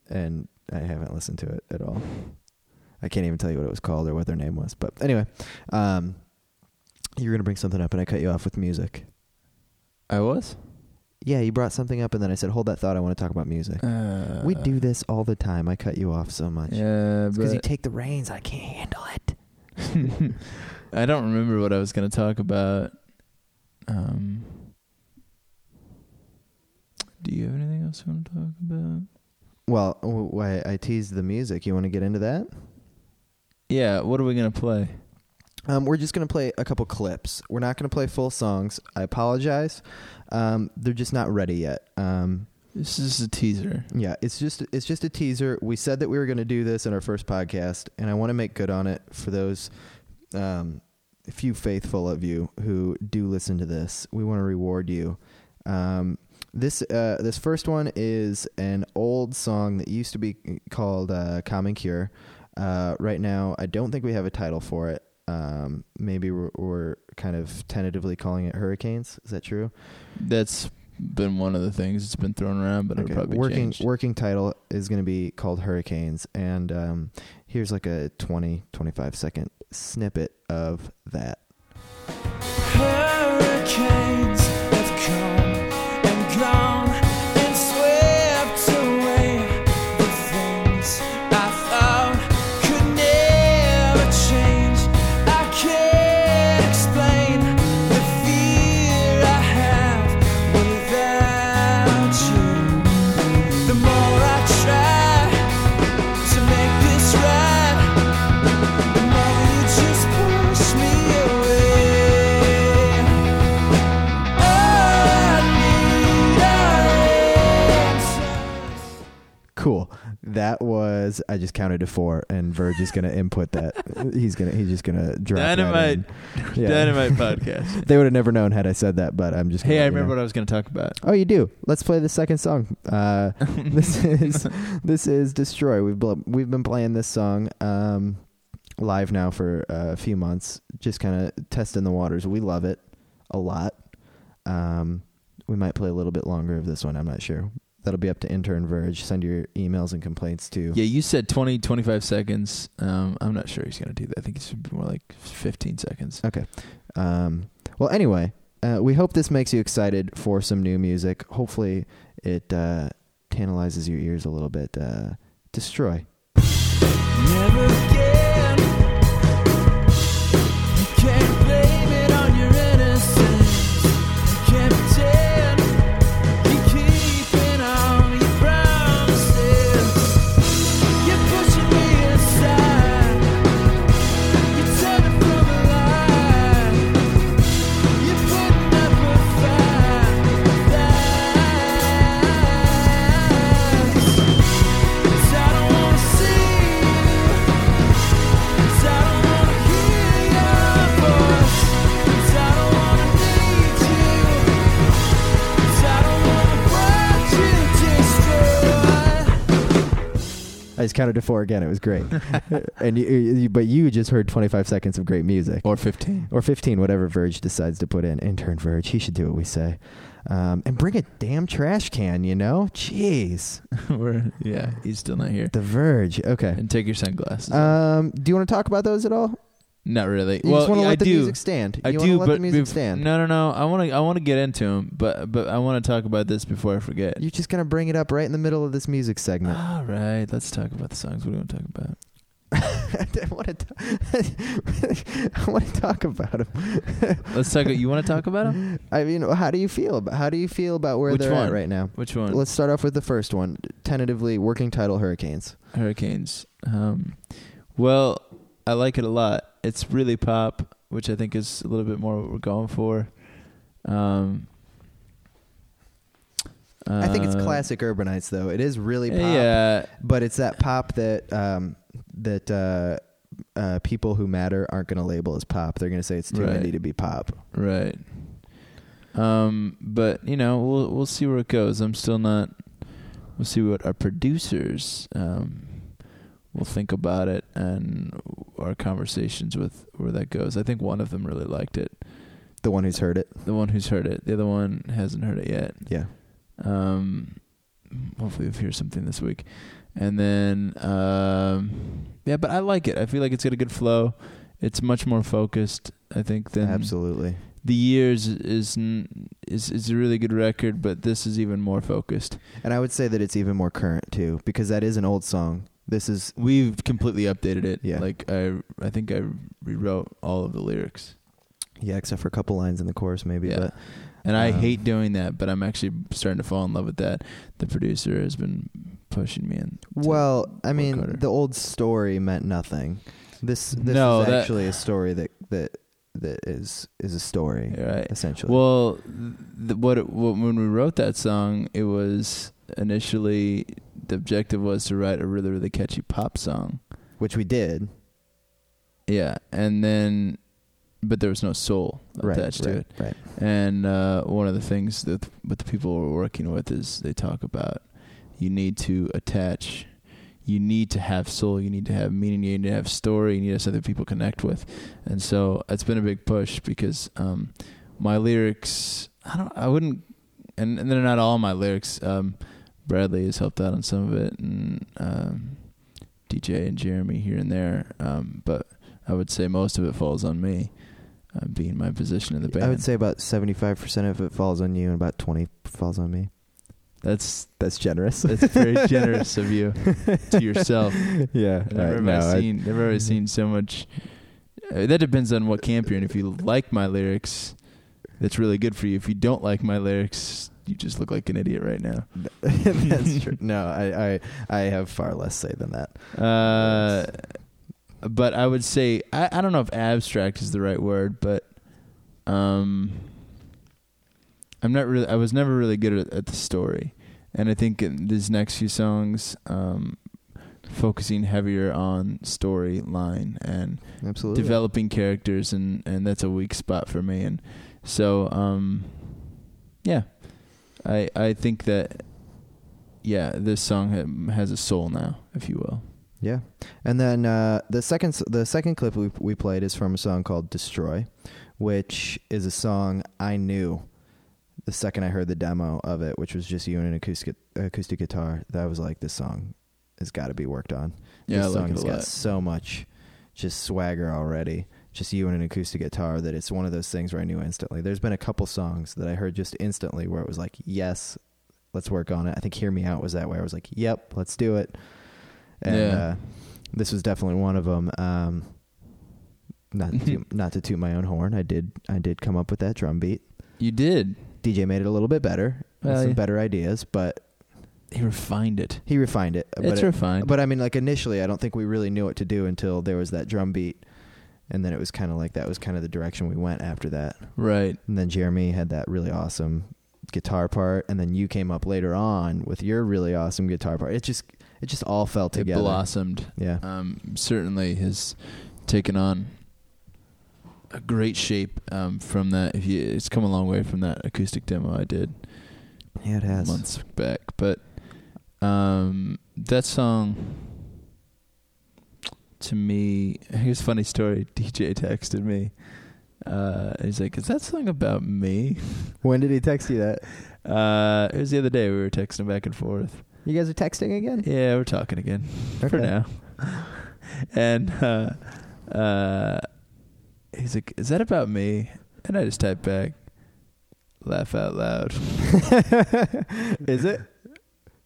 S1: and I haven't listened to it at all. I can't even tell you what it was called or what their name was. But anyway, um, you were gonna bring something up, and I cut you off with music.
S2: I was.
S1: Yeah, you brought something up, and then I said, "Hold that thought. I want to talk about music."
S2: Uh,
S1: we do this all the time. I cut you off so much
S2: Yeah,
S1: because
S2: but-
S1: you take the reins. I can't handle it.
S2: I don't remember what I was going to talk about. Um, do you have anything else you want to talk about?
S1: Well, w- why I teased the music. You want to get into that?
S2: Yeah, what are we going to play?
S1: Um, we're just going to play a couple clips. We're not going to play full songs. I apologize. Um, they're just not ready yet. Um,
S2: This is a teaser.
S1: yeah, it's just it's just a teaser. We said that we were going to do this in our first podcast, and I want to make good on it for those um, few faithful of you who do listen to this. We want to reward you. Um, this uh, this first one is an old song that used to be called uh, "Common Cure." Uh, right now, I don't think we have a title for it. Um, maybe we're, we're kind of tentatively calling it "Hurricanes." Is that true?
S2: That's been one of the things that's been thrown around, but it'll probably
S1: working
S2: change.
S1: working title is going to be called Hurricanes, and um, here's like a 20, 25 second snippet of that.
S3: Hurricanes have come and gone and swept away the things I thought could never change. I can't explain the fear I have without you. The more I try to make this right, the more you just push me away.
S1: Cool. That was I just counted to four, and Verge is going to input that. he's gonna he's just going to drop that
S2: Dynamite,
S1: in. Yeah.
S2: dynamite podcast.
S1: They would have never known had I said that, but I'm just.
S2: Hey,
S1: gonna
S2: I
S1: let you
S2: remember
S1: know.
S2: what I was going to talk about.
S1: Oh, you do. Let's play the second song. Uh, this is this is destroy. We've bl- we've been playing this song um, live now for uh, a few months, just kind of testing the waters. We love it a lot. Um, We might play a little bit longer of this one. I'm not sure. That'll be up to intern Verge. Send your emails and complaints to.
S2: Yeah, you said 20, 25 seconds. Um, I'm not sure he's going to do that. I think it's more like 15 seconds.
S1: Okay. Um, well, anyway, uh, we hope this makes you excited for some new music. Hopefully, it uh, tantalizes your ears a little bit. Uh, destroy.
S3: Never again. You can't blame it on your innocence. You can't pretend. You're keeping on your promises. You're pushing me aside. You're turning from a lie. You're putting up a fight. Cause I don't wanna see you. Cause I don't wanna hear your voice. Cause I don't wanna need you. Cause I don't wanna watch you destroy.
S1: I just counted to four again. It was great. and you, you, but you just heard 25 seconds of great music.
S2: Or 15.
S1: or 15, whatever Verge decides to put in. Intern Verge, he should do what we say. Um, and bring a damn trash can, you know? Jeez.
S2: We're- yeah, he's still not here.
S1: The Verge. Okay.
S2: And take your sunglasses. off.
S1: Um, do you want to talk about those at all?
S2: not really.
S1: You
S2: well,
S1: just want to
S2: yeah,
S1: let
S2: I
S1: the
S2: do.
S1: music stand. You
S2: I
S1: wanna
S2: do,
S1: let
S2: but
S1: the music
S2: bef-
S1: stand.
S2: No, no, no. I want to. I want to get into him, but but I want to talk about this before I forget.
S1: You're just gonna bring it up right in the middle of this music segment.
S2: All right, let's talk about the songs. What do you want to talk about?
S1: I want to. I want to talk about them.
S2: Let's talk. You want to talk about them?
S1: I mean, how do you feel? About, how do you feel about where
S2: Which
S1: they're
S2: one?
S1: at right now?
S2: Which one?
S1: Let's start off with the first one. Tentatively, working title: Hurricanes.
S2: Hurricanes. Um, well, I like it a lot. It's really pop, which I think is a little bit more what we're going for. Um,
S1: I think it's
S2: uh,
S1: classic urbanites, though. It is really pop.
S2: Yeah,
S1: but it's that pop that um, that uh, uh, people who matter aren't going to label as pop. They're going to say it's too
S2: Right.
S1: indie to be pop.
S2: Right. Um, but you know, we'll we'll see where it goes. I'm still not. We'll see what our producers um will think about it and our conversations with where that goes. I think one of them really liked it.
S1: The one who's heard it,
S2: The one who's heard it. The other one hasn't heard it yet.
S1: yeah.
S2: Um, hopefully we'll hear something this week. And then, um, yeah, but I like it. I feel like it's got a good flow. It's much more focused, I think, than
S1: Absolutely.
S2: the years is n- is is a really good record, but this is even more focused.
S1: And I would say that it's even more current too, because that is an old song. This is
S2: We've completely updated it.
S1: Yeah.
S2: like I I think I rewrote all of the lyrics.
S1: yeah, except for a couple lines in the chorus, maybe.
S2: Yeah.
S1: But
S2: And I
S1: Um,
S2: hate doing that, but I'm actually starting to fall in love with that. The producer has been pushing me in. to-
S1: well, I mean,
S2: harder.
S1: the old story meant nothing. This this
S2: No,
S1: is
S2: that-
S1: actually a story that that that is is a story
S2: Yeah, right.
S1: essentially.
S2: Well, the, what, it, what when we wrote that song, it was initially the objective was to write a really really catchy pop song.
S1: which we did.
S2: Yeah, and then, but there was no soul
S1: Right,
S2: attached
S1: right,
S2: to it.
S1: right.
S2: And uh, one of the things that with the people we're working with is they talk about you need to attach, you need to have soul, you need to have meaning, you need to have story, you need to have something people connect with. And so it's been a big push because um, my lyrics, I don't, I wouldn't, and, and they're not all my lyrics. Um, Bradley has helped out on some of it, and um, DJ and Jeremy here and there. Um, but I would say most of it falls on me. Uh, being my position in the band,
S1: I would say about seventy five percent of it falls on you, and about twenty falls on me.
S2: That's
S1: That's generous.
S2: that's very generous of you to yourself.
S1: yeah.
S2: I've never,
S1: uh,
S2: have I
S1: I-
S2: seen, never have I seen so much. Uh, that depends on what camp you're in. If you like my lyrics, that's really good for you. If you don't like my lyrics, you just look like an idiot right now.
S1: that's true. No, I, I I have far less say than that.
S2: Uh, but I would say I, I don't know if abstract is the right word, but um, I'm not really. I was never really good at, at the story, and I think in these next few songs, um, focusing heavier on storyline and
S1: Absolutely.
S2: developing characters, and and that's a weak spot for me. And so, um, yeah, I I think that. Yeah, this song ha- has a soul now, if you will.
S1: Yeah. And then uh, the second s- the second clip we we played is from a song called Destroy, which is a song I knew the second I heard the demo of it, which was just you and an acoustic acoustic guitar, that I was like, this song has got to be worked on.
S2: Yeah, I
S1: this
S2: like
S1: song
S2: it a
S1: has got
S2: lot.
S1: so much just swagger already. Just you and an acoustic guitar that it's one of those things where I knew instantly. There's been a couple songs that I heard just instantly where it was like, yes, let's work on it. I think Hear Me Out was that way. I was like, yep, let's do it. And
S2: Yeah.
S1: uh, this was definitely one of them. Um, not to, not to toot my own horn, I did I did come up with that drum beat.
S2: You did.
S1: DJ made it a little bit better, with
S2: Well,
S1: some
S2: yeah.
S1: better ideas, but
S2: He refined it.
S1: he refined it. but
S2: it's
S1: it-
S2: refined.
S1: but I mean, like initially, I don't think we really knew what to do until there was that drum beat, and then it was kind of like that was kind of the direction we went after that.
S2: right.
S1: And then Jeremy had that really awesome guitar part, and then you came up later on with your really awesome guitar part. It just it just all fell together.
S2: It blossomed.
S1: Yeah,
S2: um, certainly has taken on a great shape um, from that. If you, it's come a long way from that acoustic demo I did
S1: yeah, it has.
S2: months back. But um, that song, to me, here's a funny story. DJ texted me. Uh, he's like, "Is that song about me?"
S1: When did he text you that?
S2: Uh, it was the other day. We were texting back and forth.
S1: You guys are texting again?
S2: Yeah, we're talking again for
S1: Okay.
S2: now. and uh, uh, he's like, "Is that about me?" And I just type back, "Laugh out loud."
S1: Is it?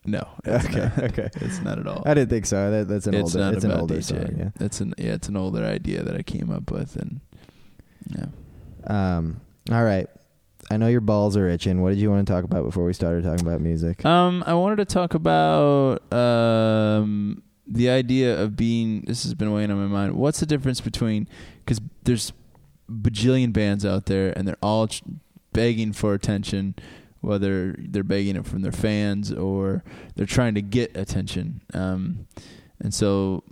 S2: No, it's
S1: Okay,
S2: not.
S1: okay.
S2: it's not at all.
S1: I didn't think so. That, that's an
S2: it's
S1: older.
S2: not
S1: it's
S2: about
S1: an older
S2: DJ.
S1: song. Yeah.
S2: It's an yeah, it's an older idea that I came up with, and yeah,
S1: Um, all right. I know your balls are itching. What did you want to talk about before we started talking about music?
S2: Um, I wanted to talk about um the idea of being. This has been weighing on my mind. What's the difference between? Because there's bajillion bands out there, and they're all tr- begging for attention, whether they're begging it from their fans or they're trying to get attention. Um, and so,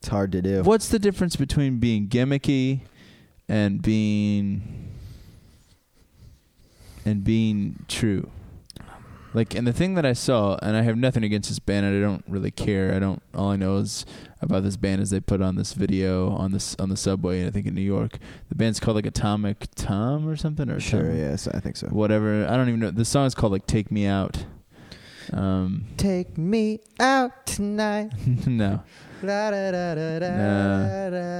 S1: It's hard to do.
S2: what's the difference between being gimmicky and being and being true? Like, and the thing that I saw, and I have nothing against this band, and I don't really care. I don't. All I know is about this band is they put on this video on this on the subway, I think in New York. The band's called like Atomic Tom or something, or
S1: Sure.
S2: Tom-
S1: Yes, I think so.
S2: whatever. I don't even know. The song is called like Take Me Out. Um,
S1: Take me out tonight.
S2: no,
S1: I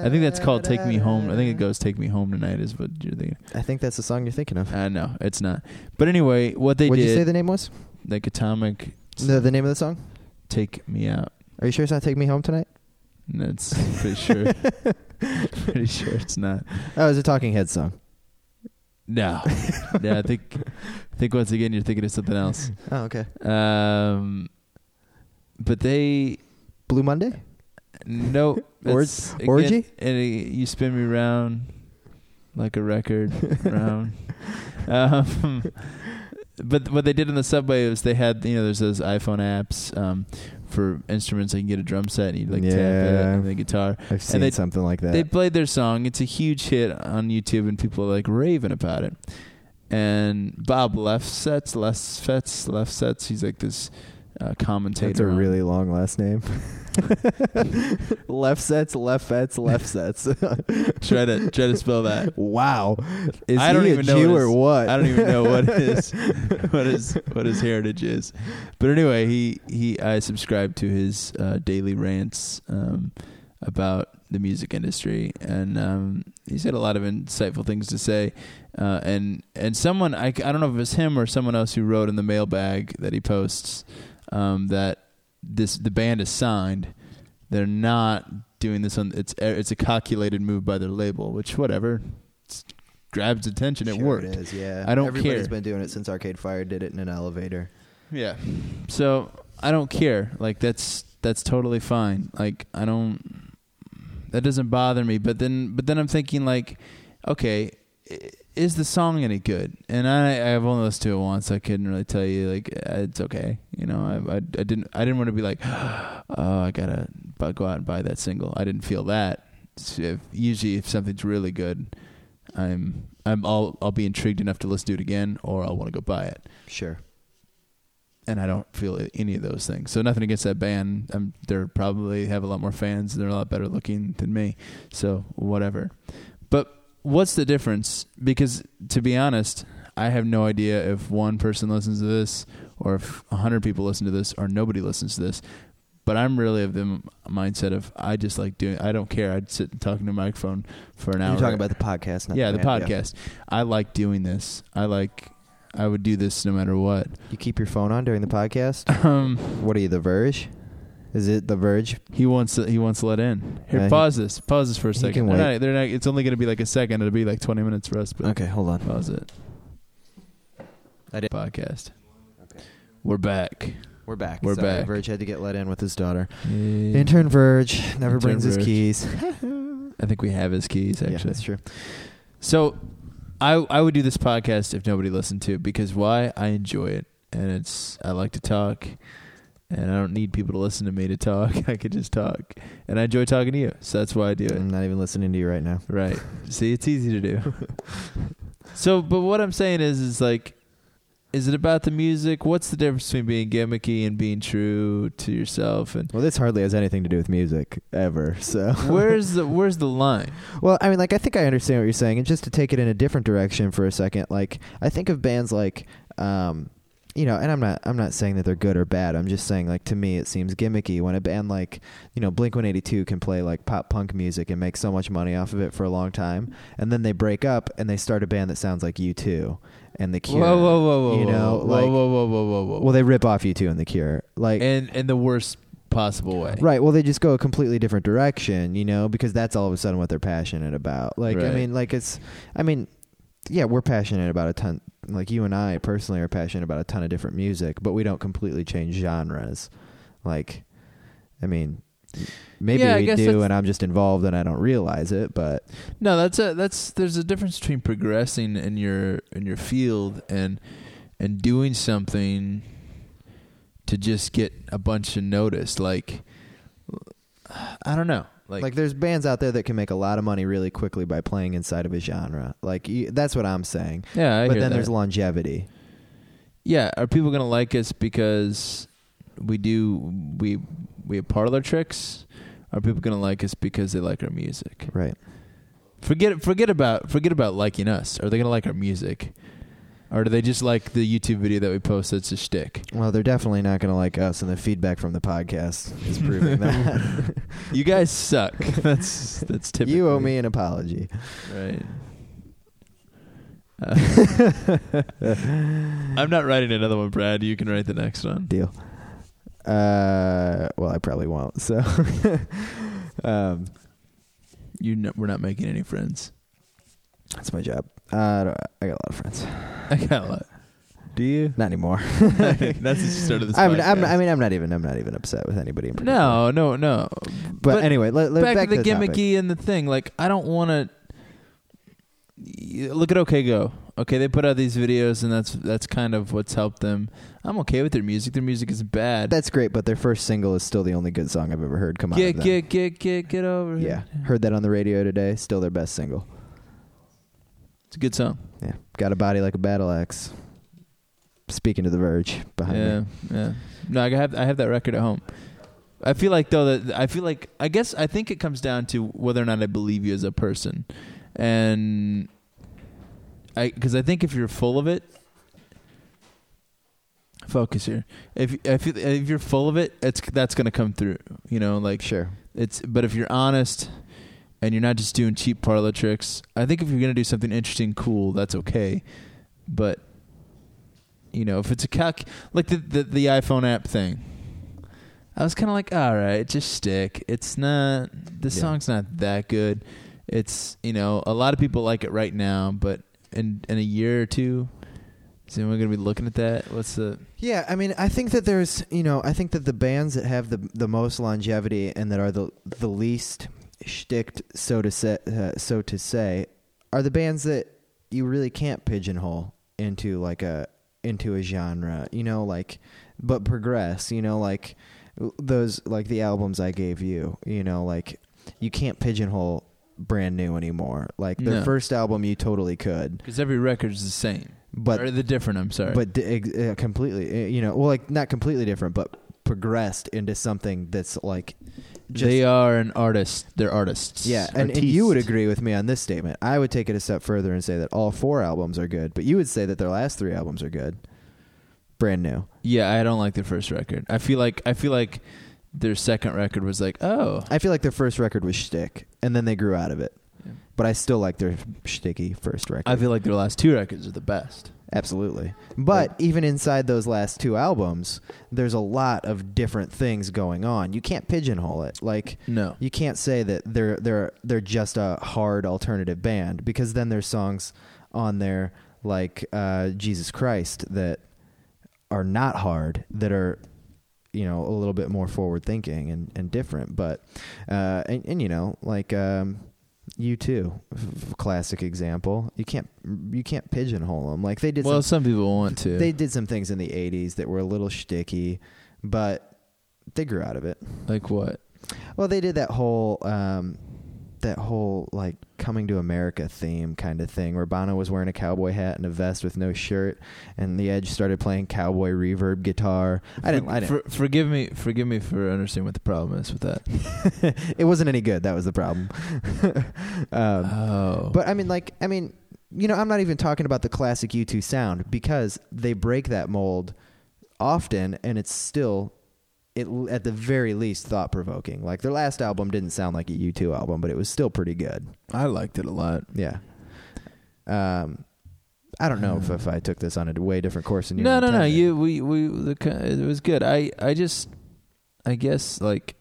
S2: I think that's called Take Me Home. I think it goes Take Me Home Tonight is what you're thinking.
S1: I think that's the song you're thinking of.
S2: Uh, no, it's not. But anyway, what they
S1: what did
S2: did,
S1: you say the name was?
S2: like Atomic,
S1: No, the name of the song?
S2: take me out.
S1: Are you sure it's not Take Me Home Tonight?
S2: And it's pretty sure, pretty sure it's not.
S1: Oh, it's a Talking Heads song.
S2: No, yeah, I think, I think once again you're thinking of something else.
S1: Oh, okay.
S2: Um, but they
S1: Blue Monday?
S2: no
S1: Or-
S2: it's- again,
S1: orgy?
S2: and it, you spin me round like a record round. Um, but what they did in the subway was they had you know there's those iPhone apps um, for instruments. They can get a drum set and you like tap it
S1: Yeah.
S2: and the guitar.
S1: I've seen
S2: they-
S1: something like that.
S2: They played their song. It's a huge hit on YouTube, and people are like raving about it. And Bob Left Sets, Left Sets, Left Sets. He's like this uh, commentator.
S1: that's a
S2: on-
S1: really long last name. left sets, left fets, left sets.
S2: try to try to spell that.
S1: Wow. Is
S2: I don't
S1: he
S2: even
S1: a
S2: know
S1: Jew
S2: what
S1: or
S2: his-
S1: what?
S2: I don't even know what his what his what his heritage is. But anyway, he he I subscribe to his uh, daily rants um, about the music industry, and um, he's had a lot of insightful things to say. Uh, and and someone I, c- I don't know if it was him or someone else who wrote in the mailbag that he posts um, that this the band is signed. They're not doing this on it's it's a calculated move by their label, which whatever it's, grabs attention. It
S1: Sure
S2: worked.
S1: It is, yeah.
S2: I don't
S1: Everybody's
S2: care.
S1: been doing it since Arcade Fire did it in an elevator.
S2: Yeah. So I don't care. Like that's that's totally fine. Like I don't that doesn't bother me. But then but then I'm thinking like, okay, i- is the song any good? And I I've only listened to it once. I couldn't really tell you like uh, it's okay. You know I I, I didn't I didn't want to be like, oh I gotta bu- go out and buy that single. I didn't feel that. So if, usually if something's really good, I'm I'm I'll I'll be intrigued enough to listen to it again, or I'll want to go buy it
S1: Sure.
S2: and I don't feel any of those things. So nothing against that band. Um, they're probably have a lot more fans. They're a lot better looking than me. So whatever. But what's the difference? Because to be honest, I have no idea if one person listens to this or if a hundred people listen to this or nobody listens to this. But I'm really of the m- mindset of I just like doing. I don't care. I'd sit and talk into a microphone for an hour.
S1: You're talking about the podcast, not
S2: yeah, the
S1: band,
S2: podcast. I like doing this. I like. I would do this no matter what.
S1: You keep your phone on during the podcast.
S2: Um,
S1: What are you, The Verge? Is it The Verge?
S2: He wants to, he wants to let in. Here,
S1: Yeah, Uh, he-
S2: pause this. Pause this for a
S1: he
S2: second.
S1: can
S2: They're
S1: wait.
S2: not- they're not- it's only going to be like a second. It'll be like twenty minutes for us. But
S1: Okay, hold on.
S2: pause it.
S1: I did-
S2: podcast. We're back.
S1: We're back.
S2: We're
S1: Sorry,
S2: back.
S1: Verge had to get let in with his daughter.
S2: Intern.
S1: Intern Verge never
S2: Intern
S1: brings his
S2: Verge.
S1: keys.
S2: I think we have his keys
S1: Yeah,
S2: actually.
S1: that's true.
S2: so, I I would do this podcast if nobody listened to it because why? I enjoy it and it's I like to talk. And I don't need people to listen to me to talk. I could just talk, and I enjoy talking to you. So that's why I do it.
S1: I'm not even listening to you right now.
S2: Right. See, it's easy to do. so, but what I'm saying is, is like, is it about the music? What's the difference between being gimmicky and being true to yourself? And
S1: Well, this hardly has anything to do with music ever. So
S2: where's the where's the line?
S1: Well, I mean, like I think I understand what you're saying, and just to take it in a different direction for a second, like I think of bands like, um, you know, and I'm not I'm not saying that they're good or bad. I'm just saying like to me it seems gimmicky when a band like you know Blink 182 can play like pop punk music and make so much money off of it for a long time, and then they break up and they start a band that sounds like U2 and The
S2: Whoa,
S1: Cure.
S2: whoa, whoa, whoa,
S1: you
S2: whoa,
S1: know,
S2: whoa,
S1: like-
S2: whoa, whoa, whoa, whoa, whoa.
S1: Well, they rip off U2 and The Cure, like.
S2: and in the worst possible way.
S1: Right. Well, they just go a completely different direction, you know, because that's all of a sudden what they're passionate about. Like, I
S2: Right.
S1: mean, like it's, I mean, yeah, we're passionate about a ton. Like you and I personally are passionate about a ton of different music, but we don't completely change genres. Like, I mean, maybe
S2: Yeah, I
S1: we
S2: guess
S1: do,
S2: that's-
S1: and I'm just involved and I don't realize it. But
S2: No, that's a that's there's a difference between progressing in your in your field and and doing something to just get a bunch of notice. Like I don't know. Like,
S1: like, there's bands out there that can make a lot of money really quickly by playing inside of a genre. Like, you, that's what I'm saying.
S2: yeah, I
S1: but
S2: hear
S1: then
S2: that.
S1: there's longevity.
S2: yeah, are people gonna like us because we do we we have parlor tricks? Are people gonna like us because they like our music?
S1: Right.
S2: Forget forget about forget about liking us. Are they gonna like our music? Or do they just like the YouTube video that we post that's a shtick?
S1: Well, they're definitely not going to like us, and the feedback from the podcast is proving that.
S2: You guys suck. That's that's typically
S1: you owe me an apology.
S2: right. Uh, I'm not writing another one, Brad. You can write the next one.
S1: Deal. Uh, well, I probably won't. So, um,
S2: You know, we're not making any friends.
S1: that's my job. Uh, I, don't- I got a lot of friends.
S2: I got a lot. Do you?
S1: Not anymore.
S2: that's the start of this.
S1: I'm, I'm,
S2: podcast.
S1: I mean, I'm not even. I'm not even upset with anybody in particular.
S2: no, no, no.
S1: but, anyway, let, let,
S2: back, to the,
S1: topic.
S2: gimmicky and the thing. Like, I don't want to. Look at OK Go. Okay, they put out these videos, and that's that's kind of what's helped them. I'm okay with their music. Their music is bad.
S1: That's great, but their first single is still the only good song I've ever heard come out.
S2: get
S1: of them.
S2: get get get get over. it.
S1: Yeah, heard that on the radio today. Still their best single.
S2: It's a good song.
S1: Yeah, got a body like a battle axe. Speaking to the Verge behind
S2: Yeah,
S1: me.
S2: yeah. No, I have I have that record at home. I feel like though that I feel like I guess I think it comes down to whether or not I believe you as a person, and I because I think if you're full of it, focus here. If if you- if you're full of it, it's that's gonna come through. You know, like
S1: Sure.
S2: it's but if you're honest and you're not just doing cheap parlor tricks, I think if you're gonna do something interesting, cool, that's okay. But you know, if it's a calc like the the, the iPhone app thing. I was kinda like, all right, just stick. It's not
S1: Yeah.
S2: the song's not that good. It's you know, a lot of people like it right now, but in in a year or two is anyone gonna be looking at that? What's the
S1: Yeah, I mean, I think that there's, you know, I think that the bands that have the the most longevity and that are the the least shticked, so to say, uh, so to say, are the bands that you really can't pigeonhole into like a into a genre, you know, like but progress, you know, like those like the albums I gave you, you know, like you can't pigeonhole brand new anymore. Like their
S2: No.
S1: first album, you totally could,
S2: because every record's the same.
S1: but
S2: or the different, I'm sorry.
S1: but di- ex- uh, completely, uh, you know, well, like not completely different, but progressed into something that's like just
S2: they are an artist. They're artists.
S1: yeah, and, and you would agree with me on this statement. I would take it a step further and say that all four albums are good, but you would say that their last three albums are good, brand new.
S2: Yeah, I don't like their first record. I feel like I feel like their second record was like, oh,
S1: I feel like their first record was shtick, and then they grew out of it.
S2: Yeah.
S1: But I still like their shticky first record.
S2: I feel like their last two records are the best.
S1: Absolutely. But even inside those last two albums, there's a lot of different things going on. You can't pigeonhole it. Like
S2: No.
S1: you can't say that they're they're they're just a hard alternative band because then there's songs on there like uh, Jesus Christ that are not hard that are you know a little bit more forward thinking and, and different but uh, and, and you know like um, you too classic example you can't you can't pigeonhole them like they did
S2: Well,
S1: some,
S2: some people want to.
S1: they did some things in the 80s that were a little shticky but they grew out of it
S2: like what?
S1: well, they did that whole um, that whole like coming to America theme kind of thing where Bono was wearing a cowboy hat and a vest with no shirt, and The Edge started playing cowboy reverb guitar. I didn't. I didn't.
S2: For, forgive me. Forgive me for understanding what the problem is with that.
S1: it wasn't any good. That was the problem. um,
S2: oh,
S1: but I mean, like, I mean, you know, I'm not even talking about the classic U2 sound because they break that mold often, and it's still. It, at the very least thought provoking. Like their last album didn't sound like a U2 album, but it was still pretty good.
S2: I liked it a lot.
S1: Yeah. Um, I don't know if, if I took this on a way different course than you.
S2: No, no, no.
S1: intended.
S2: You, we, we, the, co- it was good. I, I just, I guess, like,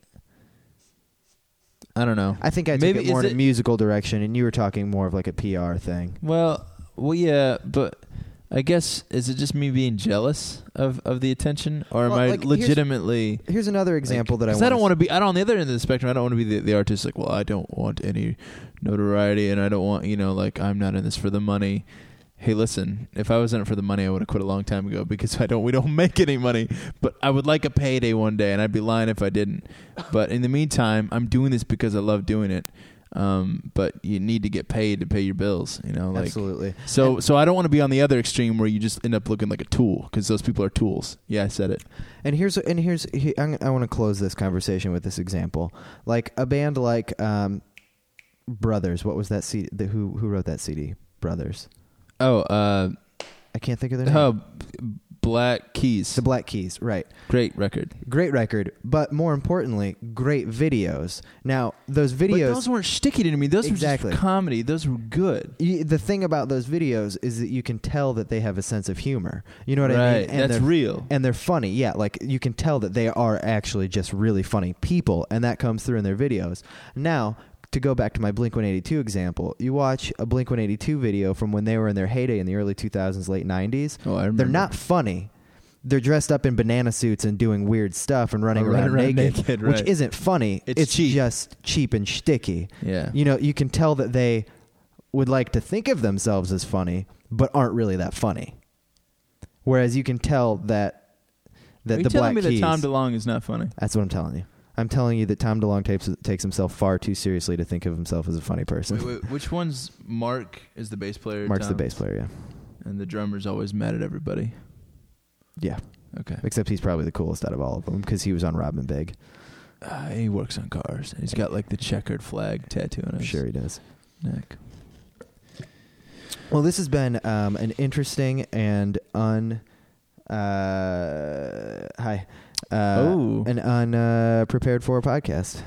S2: I don't know.
S1: I think I took
S2: Maybe
S1: it more
S2: is
S1: in a
S2: it-
S1: musical direction, and you were talking more of like a PR thing.
S2: Well, well, yeah, but I guess is it just me being jealous of of the attention, or am
S1: Well,
S2: I
S1: like, here's-
S2: legitimately?
S1: Here's another example that I.
S2: Because I don't want to be. I don't on the other end of the spectrum. I don't want to be the, the artist. Like, well, I don't want any notoriety, and I don't want you know, like, I'm not in this for the money. Hey, listen. If I was in it for the money, I would have quit a long time ago because I don't. We don't make any money. But I would like a payday one day, and I'd be lying if I didn't. But in the meantime, I'm doing this because I love doing it. Um, but you need to get paid to pay your bills. You know, like
S1: Absolutely.
S2: so, so I don't want to be on the other extreme where you just end up looking like a tool because those people are tools. Yeah, I said it.
S1: And here's and here's he- I'm, I want to close this conversation with this example, like a band like um, Brothers. What was that CD? The, who who wrote that CD? Brothers.
S2: Oh, uh,
S1: I can't think of their name.
S2: oh, Black Keys,
S1: The Black Keys, right?
S2: great record.
S1: Great record, but more importantly, great videos. Now those
S2: But
S1: videos.
S2: those weren't sticky to me. Those were
S1: Exactly.
S2: just comedy. Those were good.
S1: you, the thing about those videos is that you can tell that they have a sense of humor. You know what
S2: right.
S1: I mean? And
S2: That's
S1: they're,
S2: real.
S1: and they're funny. Yeah, like you can tell that they are actually just really funny people, and that comes through in their videos. Now, to go back to my Blink 182 example, you watch a Blink 182 video from when they were in their heyday in the early 2000s, late 90s.
S2: oh, I remember.
S1: They're not funny. They're dressed up in banana suits and doing weird stuff and running
S2: Or running
S1: around,
S2: around
S1: naked,
S2: naked,
S1: which
S2: right.
S1: isn't funny.
S2: It's cheap.
S1: just cheap and shticky
S2: Yeah.
S1: you know, you can tell that they would like to think of themselves as funny, but aren't really that funny. Whereas you can tell that that
S2: Are you
S1: the
S2: telling
S1: Black
S2: me
S1: Keys.
S2: that Tom DeLonge is not funny?
S1: that's what I'm telling you. I'm telling you that Tom DeLonge takes, takes himself far too seriously to think of himself as a funny person.
S2: Wait, wait, which one's Mark? Is the bass player?
S1: Mark's the
S2: Tom?
S1: bass player,
S2: And the drummer's always mad at everybody.
S1: yeah,
S2: Okay.
S1: yeah. Except he's probably the coolest out of all of them because he was on Robin Big.
S2: Uh, he works on cars. He's got like the checkered flag tattoo on
S1: I'm
S2: his
S1: sure he does.
S2: neck.
S1: Well, this has been um, an interesting and un uh, hi uh,
S2: Oh.
S1: an unprepared uh, prepared for podcast.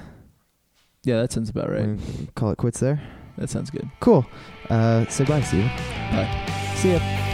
S2: Yeah, that sounds about
S1: Mm.
S2: right.
S1: We call it quits there.
S2: That sounds good.
S1: Cool. Uh, say bye, Steven.
S2: Bye.
S1: See ya.